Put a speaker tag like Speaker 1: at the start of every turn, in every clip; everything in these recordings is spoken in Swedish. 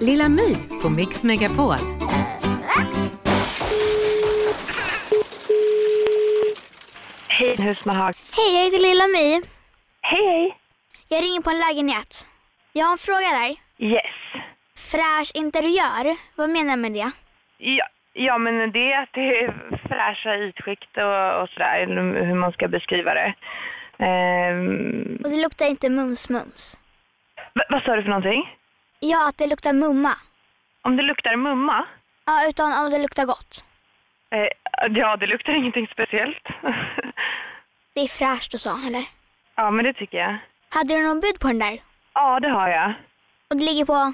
Speaker 1: Lilla My på Mix Megapol.
Speaker 2: Hej Husmahag.
Speaker 3: Hej, jag heter Lilla My.
Speaker 2: Hej hej.
Speaker 3: Jag ringer på en lägenhet. Jag har en fråga där.
Speaker 2: Yes.
Speaker 3: Fräsch interiör, vad menar jag med det?
Speaker 2: Ja, ja men det är att det är fräscha ytskikt och, och sådär, hur man ska beskriva det. Ehm,
Speaker 3: Och det luktar inte mums-mums.
Speaker 2: v- vad sa du för någonting?
Speaker 3: Ja, att det luktar mumma.
Speaker 2: Om det luktar mumma?
Speaker 3: Ja, utan om det luktar gott.
Speaker 2: Eh, ja, det luktar ingenting speciellt.
Speaker 3: Det är fräscht och så, eller?
Speaker 2: ja, men det tycker jag.
Speaker 3: Hade du någon bud på den där?
Speaker 2: Ja, det har jag.
Speaker 3: Och det ligger på...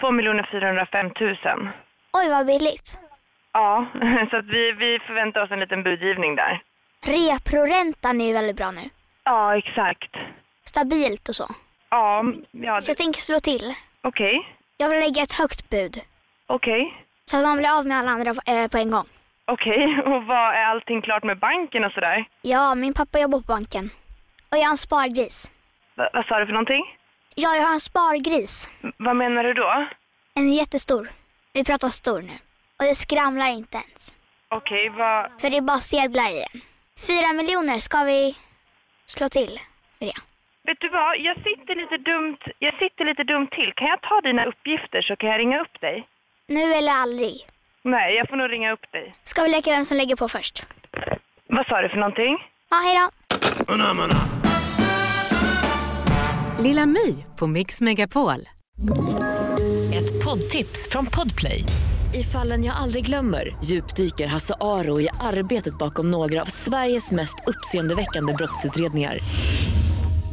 Speaker 2: 2 405 000.
Speaker 3: Oj, vad billigt.
Speaker 2: Ja, så att vi, vi förväntar oss en liten budgivning där.
Speaker 3: Reproräntan är ju väldigt bra nu.
Speaker 2: Ja, exakt.
Speaker 3: Stabilt och så.
Speaker 2: Ja, ja
Speaker 3: Så jag
Speaker 2: det-
Speaker 3: tänker slå till.
Speaker 2: okej.
Speaker 3: Jag vill lägga ett högt bud.
Speaker 2: Okej.
Speaker 3: Så att man blir av med alla andra eh, på en gång.
Speaker 2: Okej, och vad är allting klart med banken och sådär?
Speaker 3: Ja, min pappa jobbar på banken. Och jag har en spargris.
Speaker 2: Va, vad sa du för någonting?
Speaker 3: Ja, jag har en spargris.
Speaker 2: V- vad menar du då?
Speaker 3: En jättestor. Vi pratar stor nu. Och det skramlar inte ens.
Speaker 2: Okej, vad...
Speaker 3: För det är bara sedlar i den. Fyra miljoner ska vi slå till med det.
Speaker 2: Vet du vad, jag sitter lite dumt, jag sitter lite dumt till. Kan jag ta dina uppgifter så kan jag ringa upp dig?
Speaker 3: Nu eller aldrig.
Speaker 2: Nej, jag får nog ringa upp dig.
Speaker 3: Ska vi leka vem som lägger på först?
Speaker 2: Vad sa du för någonting?
Speaker 3: Ja, hej då.
Speaker 1: Lilla My på Mix Megapol.
Speaker 4: Ett poddtips från Podplay. I fallen jag aldrig glömmer djupdyker Hasse Aro i arbetet bakom några av Sveriges mest uppseendeväckande brottsutredningar.